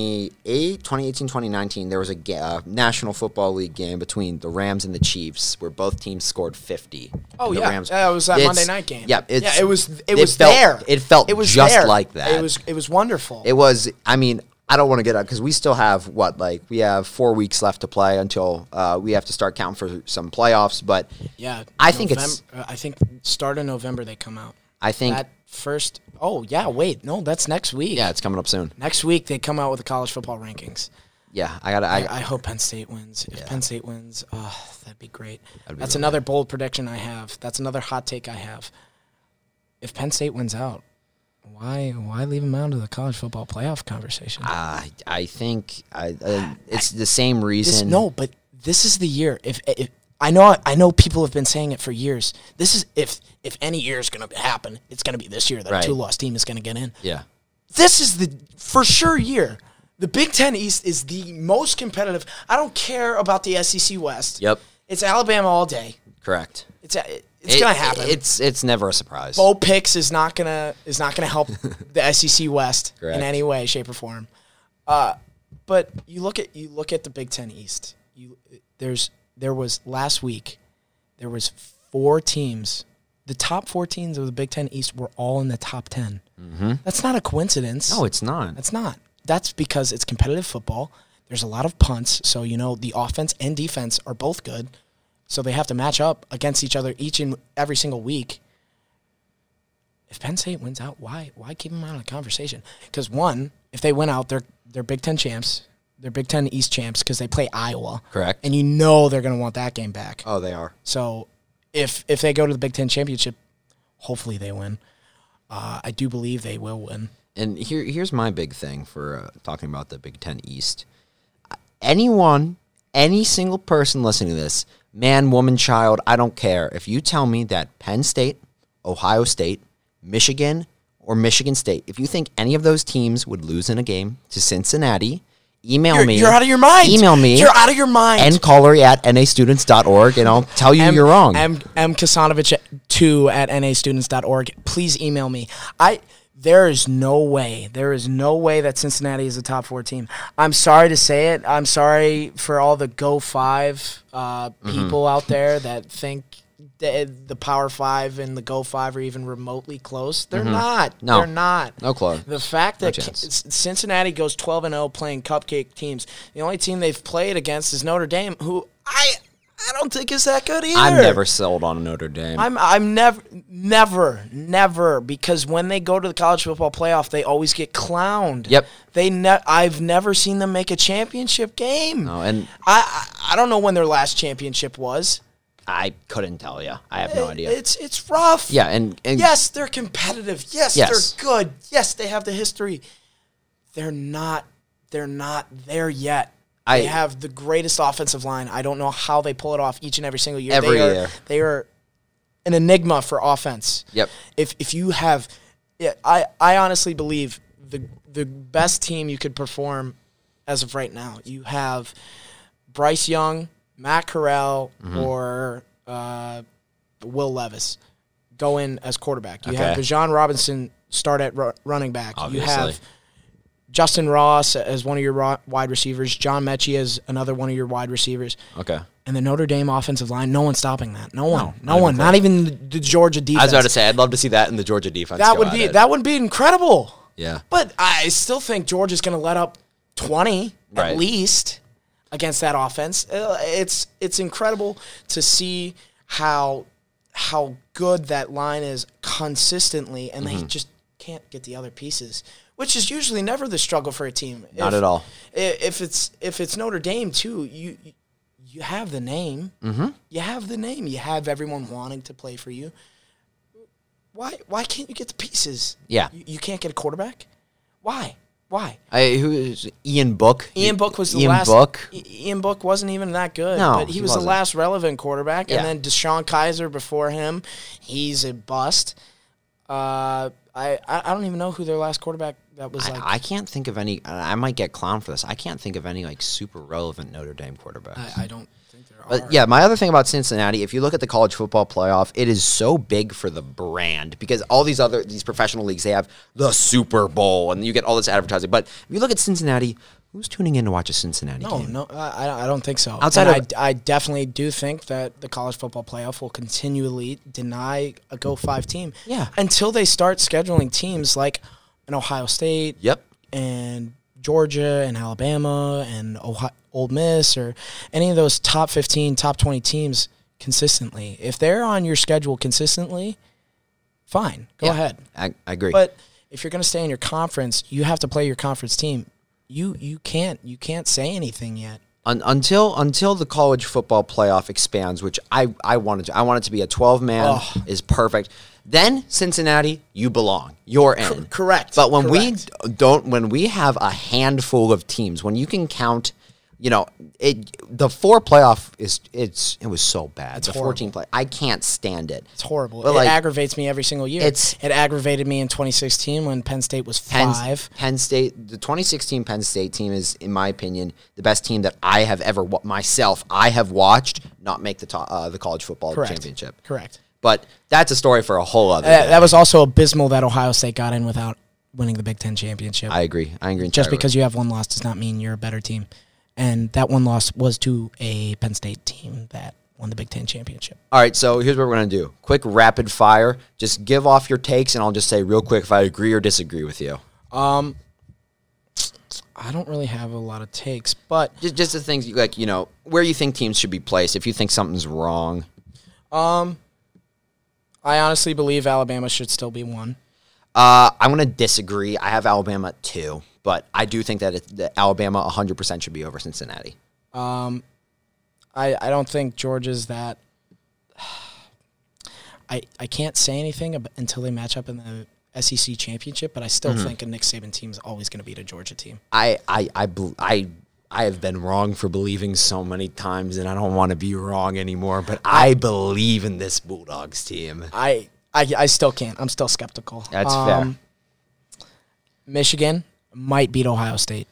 Speaker 2: 28, 2018, 2019, there was a ga- uh, National Football League game between the Rams and the Chiefs where both teams scored 50.
Speaker 3: Oh
Speaker 2: and the
Speaker 3: yeah,
Speaker 2: Rams-
Speaker 3: yeah, it was that
Speaker 2: It's-
Speaker 3: Monday night game.
Speaker 2: Yeah, it's,
Speaker 3: yeah, it was. It, was
Speaker 2: felt,
Speaker 3: there.
Speaker 2: It felt
Speaker 3: It was
Speaker 2: just
Speaker 3: there.
Speaker 2: like that.
Speaker 3: It was. It was wonderful.
Speaker 2: It was. I mean, I don't want to get up because we still have what like we have four weeks left to play until uh, we have to start counting for some playoffs. But
Speaker 3: yeah,
Speaker 2: I think it's-
Speaker 3: November- uh, I think start of November they come out.
Speaker 2: I think
Speaker 3: That first. Oh yeah, wait, no, that's next week.
Speaker 2: yeah, it's coming up soon.
Speaker 3: next week they come out with the college football rankings.
Speaker 2: Yeah, I gotta. I,
Speaker 3: I hope Penn State wins. If Penn State wins, oh, that'd be great.
Speaker 2: That'd be
Speaker 3: that's
Speaker 2: really
Speaker 3: another bold prediction I have. That's another hot take I have. If Penn State wins out, why why leave them out of the college football playoff conversation?
Speaker 2: I, I think I, I, it's the same
Speaker 3: This-
Speaker 2: reason.
Speaker 3: no, but this is the year. If, if I know, I know people have been saying it for years. This is if if any year is going to happen, it's going to be this year that
Speaker 2: Right.
Speaker 3: a two loss team is going to get in.
Speaker 2: Yeah.
Speaker 3: This is the for sure year. The Big Ten East is the most competitive. I don't care about the SEC West.
Speaker 2: Yep.
Speaker 3: It's Alabama all day.
Speaker 2: Correct.
Speaker 3: It's it's
Speaker 2: It-
Speaker 3: going to happen.
Speaker 2: It's it's never a surprise.
Speaker 3: Bo Picks is not gonna is not gonna help the SEC West
Speaker 2: Correct.
Speaker 3: in any way, shape, or form. Uh, but you look at you look at the Big Ten East. You there's there was last week there was four teams. The top four teams of the Big Ten East were all in the top 10 That's not a coincidence.
Speaker 2: Mm-hmm. No, it's not.
Speaker 3: That's not. That's because it's competitive football. There's a lot of punts, so you know the offense and defense are both good. So they have to match up against each other each and every single week. If Penn State wins out, why why keep them out of the conversation? Because one, if they win out, they're they're Big Ten champs, they're Big Ten East champs because they play Iowa,
Speaker 2: Correct.
Speaker 3: And you know they're going to want that game back.
Speaker 2: oh, they are.
Speaker 3: So if if they go to the Big Ten championship, hopefully they win. Uh, I do believe they will win.
Speaker 2: and here here's my big thing for uh, talking about the Big Ten East. Anyone, any single person listening to this, man, woman, child, I don't care. If you tell me that Penn State, Ohio State, Michigan, or Michigan State, if you think any of those teams would lose in a game to Cincinnati, email
Speaker 3: You're-
Speaker 2: me.
Speaker 3: you're out of your mind.
Speaker 2: Email me.
Speaker 3: You're out of your mind.
Speaker 2: And Collery at nastudents.org, and I'll tell you you're wrong.
Speaker 3: M, M Kasanovich2 at nastudents.org. Please email me. I there is no way. There is no way that Cincinnati is a top four team. I'm sorry to say it. I'm sorry for all the Go Five uh,
Speaker 2: Mm-hmm.
Speaker 3: people out there that think the, the Power Five and the Go Five are even remotely close. They're not.
Speaker 2: Mm-hmm. No.
Speaker 3: They're not.
Speaker 2: No close.
Speaker 3: The fact that
Speaker 2: chance.
Speaker 3: C- Cincinnati goes 12 and 0 playing cupcake teams. The only team they've played against is Notre Dame, who I I don't think is that good either.
Speaker 2: I'm never sold on Notre Dame.
Speaker 3: I'm I'm never never never because when they go to the college football playoff, they always get clowned.
Speaker 2: Yep.
Speaker 3: They ne- I've never seen them make a championship game.
Speaker 2: No, Oh, and-
Speaker 3: I, I I don't know when their last championship was.
Speaker 2: I couldn't tell you. I have no idea.
Speaker 3: It's it's rough.
Speaker 2: yeah, and, and
Speaker 3: Yes, they're competitive. Yes,
Speaker 2: Yes.
Speaker 3: they're good. Yes, they have the history. They're not. They're not there yet.
Speaker 2: I-
Speaker 3: they have the greatest offensive line. I don't know how they pull it off each and every single year.
Speaker 2: Every
Speaker 3: they are,
Speaker 2: year.
Speaker 3: they are an enigma for offense.
Speaker 2: Yep.
Speaker 3: If if you have, yeah, I I honestly believe the the best team you could perform as of right now. You have Bryce Young, Matt Corral,
Speaker 2: Mm-hmm.
Speaker 3: or uh, Will Levis go in as quarterback. You have
Speaker 2: Okay.
Speaker 3: Bijan Robinson start at ru- running back.
Speaker 2: Obviously.
Speaker 3: You have Justin Ross as one of your ro- wide receivers. John Mechie as another one of your wide receivers.
Speaker 2: okay.
Speaker 3: And the Notre Dame offensive line, no one's stopping that. No one. No, one. Not even the, the Georgia defense.
Speaker 2: I was about to say I'd love to see that in the Georgia defense.
Speaker 3: that
Speaker 2: go
Speaker 3: would
Speaker 2: at
Speaker 3: be
Speaker 2: it.
Speaker 3: that would be incredible.
Speaker 2: Yeah.
Speaker 3: But I still think Georgia's going to let up 20
Speaker 2: Right.
Speaker 3: at least against that offense. Uh, It's it's incredible to see how how good that line is consistently and
Speaker 2: Mm-hmm.
Speaker 3: they just can't get the other pieces, which is usually never the struggle for a team.
Speaker 2: Not
Speaker 3: If-
Speaker 2: at all.
Speaker 3: i- If it's if it's Notre Dame too, you you have the name. Mm-hmm. You have the name. You have everyone wanting to play for you. Why why can't you get the pieces?
Speaker 2: Yeah.
Speaker 3: You, you can't get a quarterback? Why? Why?
Speaker 2: I who is Ian Book?
Speaker 3: Ian Book was the
Speaker 2: Ian
Speaker 3: last.
Speaker 2: Book.
Speaker 3: I- Ian Book wasn't even that good.
Speaker 2: No,
Speaker 3: but he,
Speaker 2: he
Speaker 3: was
Speaker 2: wasn't.
Speaker 3: the last relevant quarterback.
Speaker 2: Yeah.
Speaker 3: And then Deshaun Kaiser before him, he's a bust. Uh, I I I don't even know who their last quarterback that was like.
Speaker 2: I, I can't think of any. I I might get clown for this. I can't think of any like super relevant Notre Dame quarterbacks.
Speaker 3: I, I don't think there are.
Speaker 2: But yeah, my other thing about Cincinnati, if you look at the college football playoff, it is so big for the brand because all these other these professional leagues they have the Super Bowl and you get all this advertising. But if you look at Cincinnati, who's tuning in to watch a Cincinnati
Speaker 3: No,
Speaker 2: game?
Speaker 3: no, I, I don't- I don't think so.
Speaker 2: Outside
Speaker 3: And
Speaker 2: of-
Speaker 3: I, I definitely do think that the college football playoff will continually deny a go five team.
Speaker 2: Yeah.
Speaker 3: Until they start scheduling teams like an Ohio State.
Speaker 2: Yep.
Speaker 3: And Georgia and Alabama and Ohio, Old Miss or any of those top 15, top 20 teams consistently. If they're on your schedule consistently, fine, go
Speaker 2: Yeah,
Speaker 3: ahead.
Speaker 2: I, I agree.
Speaker 3: But if you're going to stay in your conference, you have to play your conference team. You you can't you can't say anything yet.
Speaker 2: Un- until until the college football playoff expands, which I I wanted to, I want it to be a twelve man is perfect. Then Cincinnati, you belong. You're in.
Speaker 3: correct,
Speaker 2: But when
Speaker 3: correct.
Speaker 2: we d- don't, when we have a handful of teams, when you can count, you know, it the four playoff is it's it was so bad. the fourteen play, I can't stand it.
Speaker 3: It's horrible.
Speaker 2: But
Speaker 3: it
Speaker 2: like
Speaker 3: aggravates me every single year.
Speaker 2: It's-
Speaker 3: it aggravated me in 2016 when Penn State was
Speaker 2: Penn,
Speaker 3: five.
Speaker 2: Penn State, the 2016 Penn State team is, in my opinion, the best team that I have ever wa- myself I have watched not make the top, uh, the college football
Speaker 3: Correct.
Speaker 2: championship.
Speaker 3: Correct.
Speaker 2: But that's a story for a whole other.
Speaker 3: That,
Speaker 2: day.
Speaker 3: that was also abysmal that Ohio State got in without winning the Big Ten championship.
Speaker 2: I agree. I agree.
Speaker 3: Just
Speaker 2: entirely.
Speaker 3: because you have one loss does not mean you're a better team. And that one loss was to a Penn State team that won the Big Ten championship.
Speaker 2: All right, so here's what we're gonna do: quick rapid fire. Just give off your takes, and I'll just say real quick if I agree or disagree with you.
Speaker 3: Um, I don't really have a lot of takes, but
Speaker 2: Just, just the things you like, you know, where you think teams should be placed. If you think something's wrong,
Speaker 3: I honestly believe Alabama should still be one.
Speaker 2: Uh, I'm going to disagree. I have Alabama at two, but I do think that, it, that Alabama 100% should be over Cincinnati.
Speaker 3: I, I don't think Georgia's that. I I can't say anything ab- until they match up in the SEC championship, but I still think a Nick Saban team is always going to beat a Georgia team.
Speaker 2: I I I bel- I, I have been wrong for believing so many times, and I don't want to be wrong anymore. But I believe in this Bulldogs team.
Speaker 3: I I, I still can't. I'm still skeptical. Um,
Speaker 2: That's fair.
Speaker 3: Michigan might beat Ohio State.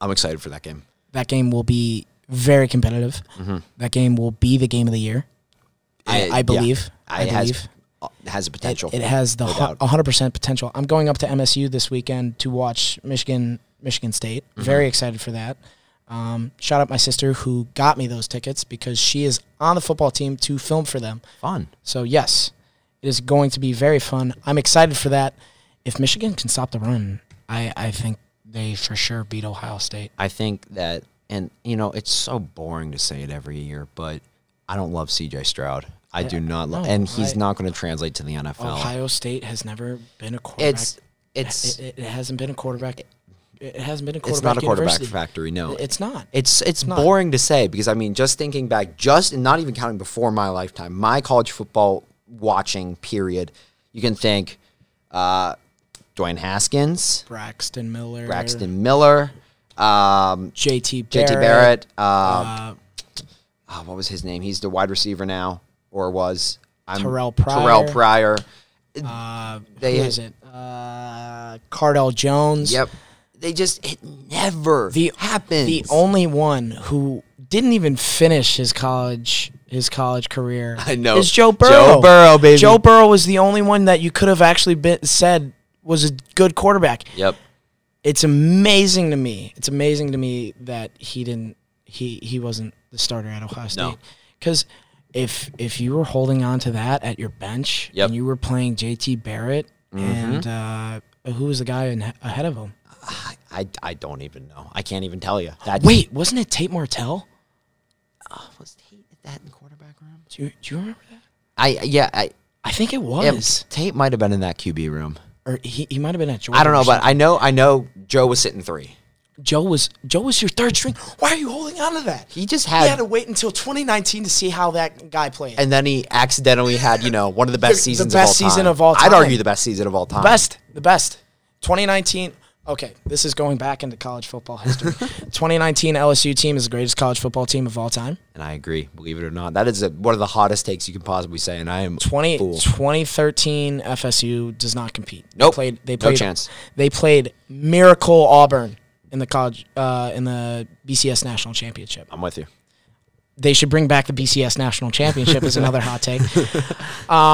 Speaker 2: I'm excited for that game.
Speaker 3: That game will be very competitive.
Speaker 2: Mm-hmm.
Speaker 3: That game will be the game of the year. I-
Speaker 2: It-
Speaker 3: I believe. I
Speaker 2: it has-
Speaker 3: believe.
Speaker 2: it has a potential.
Speaker 3: It has the
Speaker 2: doubt.
Speaker 3: hu- uh, 100% potential. I'm going up to MSU this weekend to watch Michigan Michigan State.
Speaker 2: Mm-hmm.
Speaker 3: Very excited for that. Um, shout out my sister who got me those tickets because she is on the football team to film for them.
Speaker 2: fun.
Speaker 3: So yes, it is going to be very fun. I'm excited for that. If Michigan can stop the run, I, I think they for sure beat Ohio State.
Speaker 2: I think that, and you know, it's so boring to say it every year, but I don't love C.J. Stroud. I do not love,
Speaker 3: no,
Speaker 2: and he's
Speaker 3: I-
Speaker 2: not going to translate to the NFL.
Speaker 3: Ohio State has never been a quarterback.
Speaker 2: it's it's
Speaker 3: it, it hasn't been a quarterback It hasn't been a quarterback.
Speaker 2: It's not a quarterback
Speaker 3: university.
Speaker 2: factory. No,
Speaker 3: It's not.
Speaker 2: It's it's
Speaker 3: not.
Speaker 2: boring to say because I mean, just thinking back, just and not even counting before my lifetime, my college football watching period, you can think uh, Dwayne Haskins,
Speaker 3: Braxton Miller,
Speaker 2: Braxton Miller, um,
Speaker 3: JT Barrett,
Speaker 2: JT Barrett. Uh,
Speaker 3: uh,
Speaker 2: oh, what was his name? He's the wide receiver now, or was I'm,
Speaker 3: Terrell
Speaker 2: Terrell Pryor.
Speaker 3: uh,
Speaker 2: They-
Speaker 3: who is it? Uh, Cardell Jones.
Speaker 2: Yep. They just it never
Speaker 3: The-
Speaker 2: happens.
Speaker 3: The only one who didn't even finish his college his college career.
Speaker 2: I know.
Speaker 3: is Joe
Speaker 2: Joe
Speaker 3: Burrow.
Speaker 2: Burrow, baby.
Speaker 3: Joe Burrow was the only one that you could have actually been, said was a good quarterback.
Speaker 2: yep.
Speaker 3: It's amazing to me. It's amazing to me that he didn't. He he wasn't the starter at Ohio State. Because if if you were holding on to that at your bench
Speaker 2: Yep. Mm-hmm.
Speaker 3: and you were playing J.T. Barrett and uh, who was the guy in, ahead of him?
Speaker 2: I, I don't even know. I can't even tell you. That
Speaker 3: Wait, wasn't it Tate Martell?
Speaker 2: Uh, was Tate that in the quarterback room?
Speaker 3: Do you, do you remember that?
Speaker 2: I yeah, I
Speaker 3: I think it
Speaker 2: yeah,
Speaker 3: was.
Speaker 2: Tate might have been in that QB room.
Speaker 3: Or he, he might have been at Jordan.
Speaker 2: I don't know,
Speaker 3: or
Speaker 2: but I know I know Joe was sitting three.
Speaker 3: something. Joe was Joe was your third string. Why are you holding on to that?
Speaker 2: He just
Speaker 3: We
Speaker 2: had,
Speaker 3: had to wait until 2019 to see how that guy played.
Speaker 2: and then he accidentally had you know one of the best
Speaker 3: The- the
Speaker 2: seasons.
Speaker 3: best
Speaker 2: of all
Speaker 3: season
Speaker 2: time.
Speaker 3: of all
Speaker 2: I'd argue
Speaker 3: time.
Speaker 2: the best season of all time.
Speaker 3: best, the best. 2019. Okay, this is going back into college football history. 2019 LSU team is the greatest college football team of all time.
Speaker 2: and I agree. Believe it or not, that is a, one of the hottest takes you can possibly say. And I am
Speaker 3: 20,
Speaker 2: Fool.
Speaker 3: 2013 FSU does not compete.
Speaker 2: Nope.
Speaker 3: They played, they
Speaker 2: No
Speaker 3: played,
Speaker 2: chance.
Speaker 3: They played miracle Auburn in the college uh, in the BCS national championship.
Speaker 2: I'm with you.
Speaker 3: they should bring back the BCS national championship is another hot take. Um,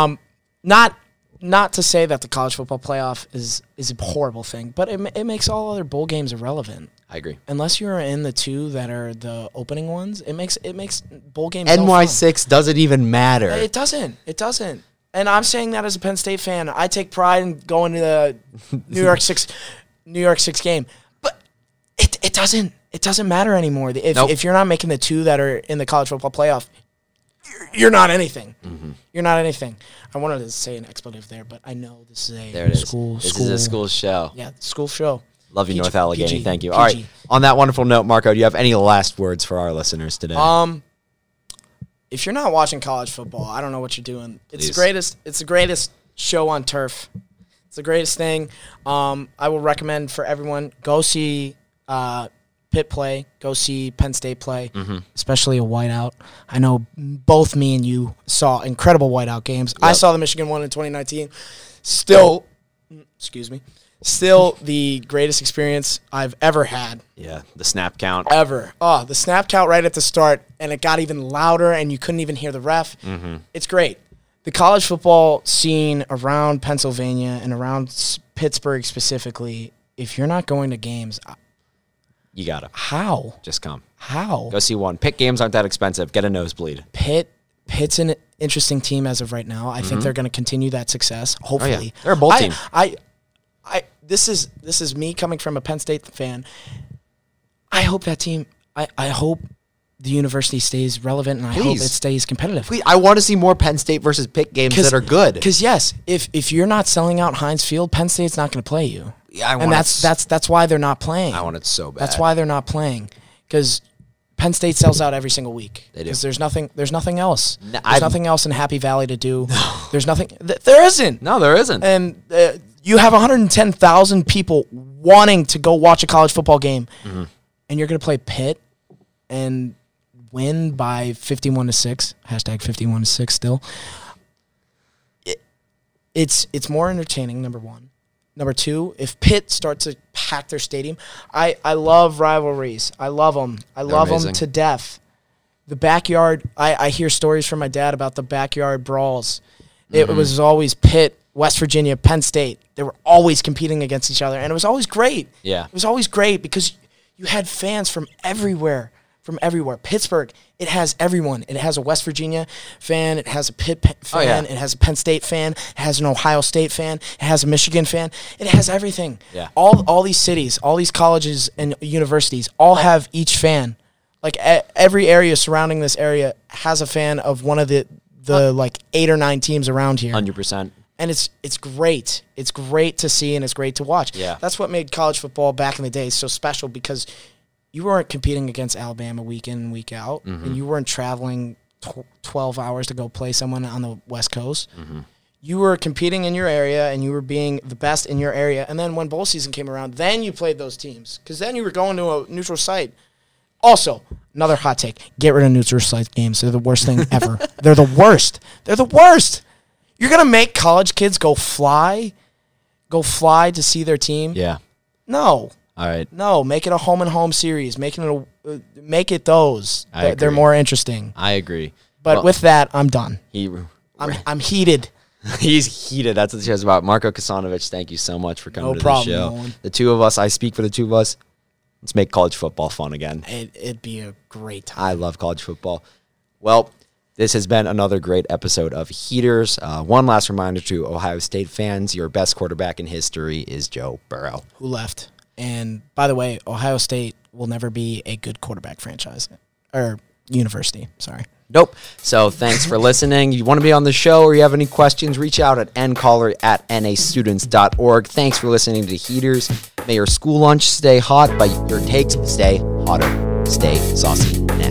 Speaker 3: not not to say that the college football playoff is is a horrible thing, but it, ma- it makes all other bowl games irrelevant.
Speaker 2: I agree.
Speaker 3: Unless you're in the two that are the opening ones, it makes it makes bowl games. no
Speaker 2: NY
Speaker 3: fun.
Speaker 2: six doesn't even matter.
Speaker 3: It doesn't. It doesn't. And I'm saying that as a Penn State fan, I take pride in going to the New York Six, New York Six game. But it, it doesn't. It doesn't matter anymore. If,
Speaker 2: Nope.
Speaker 3: if you're not making the two that are in the college football playoff, you're, you're not anything.
Speaker 2: Mm-hmm.
Speaker 3: You're not anything. I wanted to say an expletive there, but I know this is a
Speaker 2: there it is.
Speaker 3: school
Speaker 2: this
Speaker 3: school
Speaker 2: is a school show.
Speaker 3: yeah school show.
Speaker 2: Love you,
Speaker 3: PG
Speaker 2: North Allegheny.
Speaker 3: PG.
Speaker 2: Thank you. All right.
Speaker 3: PG.
Speaker 2: On that wonderful note, Marco, do you have any last words for our listeners today?
Speaker 3: Um, if you're not watching college football, I don't know what you're doing. It's
Speaker 2: Please.
Speaker 3: the greatest. It's the greatest show on turf. It's the greatest thing. Um, I will recommend for everyone go see uh, Pitt play. Go see Penn State play, especially a whiteout. I know both me and you saw incredible whiteout games. I saw the Michigan one in 2019. Still, excuse me. Still the greatest experience I've ever had
Speaker 2: yeah, the snap count.
Speaker 3: ever. Oh, the snap count right at the start, and it got even louder, and you couldn't even hear the ref. It's great. The college football scene around Pennsylvania and around s- Pittsburgh specifically, if you're not going to games, uh,
Speaker 2: You gotta
Speaker 3: how?
Speaker 2: just come.
Speaker 3: How?
Speaker 2: Go see one. Pick games aren't that expensive. Get a nosebleed.
Speaker 3: Pitt. Pitt's an interesting team as of right now. I think they're going to continue that success. Hopefully,
Speaker 2: Mm-hmm. Oh, They're a bowl
Speaker 3: I-
Speaker 2: team.
Speaker 3: I, I, this is this is me coming from a Penn State fan. I hope that team. I, I hope the university stays relevant, and I hope
Speaker 2: Please.
Speaker 3: it stays competitive.
Speaker 2: Please, I want to see more Penn State versus Pitt games that are good.
Speaker 3: Because yes, if if you're not selling out Heinz Field, Penn State's not going to play you.
Speaker 2: Yeah, I want
Speaker 3: and that's
Speaker 2: it s-
Speaker 3: that's that's why they're not playing.
Speaker 2: I want it so bad.
Speaker 3: That's why they're not playing because Penn State sells out every single week. They
Speaker 2: do.
Speaker 3: there's nothing. There's nothing else. there's
Speaker 2: I've-
Speaker 3: nothing else in Happy Valley to do. There's nothing. Th- there isn't.
Speaker 2: No, there isn't.
Speaker 3: And uh, you have 110,000 people wanting to go watch a college football game, and you're going to play Pitt and win by 51 to six. Hashtag 51 to six. Still, It- it's it's more entertaining. Number one. Number two, if Pitt starts to pack their stadium, I, I love rivalries. I love them. I love
Speaker 2: amazing.
Speaker 3: them to death. The backyard, I, I hear stories from my dad about the backyard brawls. It
Speaker 2: Mm-hmm.
Speaker 3: was always Pitt, West Virginia, Penn State. They were always competing against each other, and it was always great.
Speaker 2: Yeah.
Speaker 3: It was always great because you had fans from everywhere, from everywhere. Pittsburgh, it has everyone. It has a West Virginia fan, it has a Pitt pe- fan,
Speaker 2: Oh, yeah.
Speaker 3: it has a Penn State fan, it has an Ohio State fan, it has a Michigan fan, it has everything.
Speaker 2: Yeah.
Speaker 3: All all these cities, all these colleges and universities all have each fan. Like e- every area surrounding this area has a fan of one of the the like eight or nine teams around here.
Speaker 2: Hundred percent.
Speaker 3: and it's it's great. It's great to see and it's great to watch.
Speaker 2: Yeah.
Speaker 3: that's what made college football back in the day so special because you weren't competing against Alabama week in and week out, and you weren't traveling tw- twelve hours to go play someone on the West Coast. You were competing in your area and you were being the best in your area. And then when bowl season came around, then you played those teams because then you were going to a neutral site. Also, another hot take: get rid of neutral site games. They're the worst thing ever. They're the worst. They're the worst. You're gonna make college kids go fly, go fly to see their team.
Speaker 2: Yeah.
Speaker 3: No,
Speaker 2: All right.
Speaker 3: no. Make it a home and home series. Making it a, uh, make it those.
Speaker 2: I
Speaker 3: They're, they're
Speaker 2: agree.
Speaker 3: more interesting.
Speaker 2: I agree.
Speaker 3: But
Speaker 2: Well,
Speaker 3: with that, I'm done.
Speaker 2: he,
Speaker 3: I'm I'm heated.
Speaker 2: he's heated. That's what the show's about. Marco Kasanovic, thank you so much for coming
Speaker 3: No
Speaker 2: to
Speaker 3: problem,
Speaker 2: the show.
Speaker 3: Nolan.
Speaker 2: The two of us, I speak for the two of us. Let's make college football fun again.
Speaker 3: It, it'd be a great time.
Speaker 2: I love college football. Well, this has been another great episode of Heaters. Uh, one last reminder to Ohio State fans your best quarterback in history is Joe Burrow.
Speaker 3: Who left? And by the way, Ohio State will never be a good quarterback franchise or university. Sorry.
Speaker 2: Nope. So thanks for listening. You want to be on the show or you have any questions, reach out at ncaller at nastudents.org. Thanks for listening to Heaters. May your school lunch stay hot, but your takes stay hotter. Stay saucy now.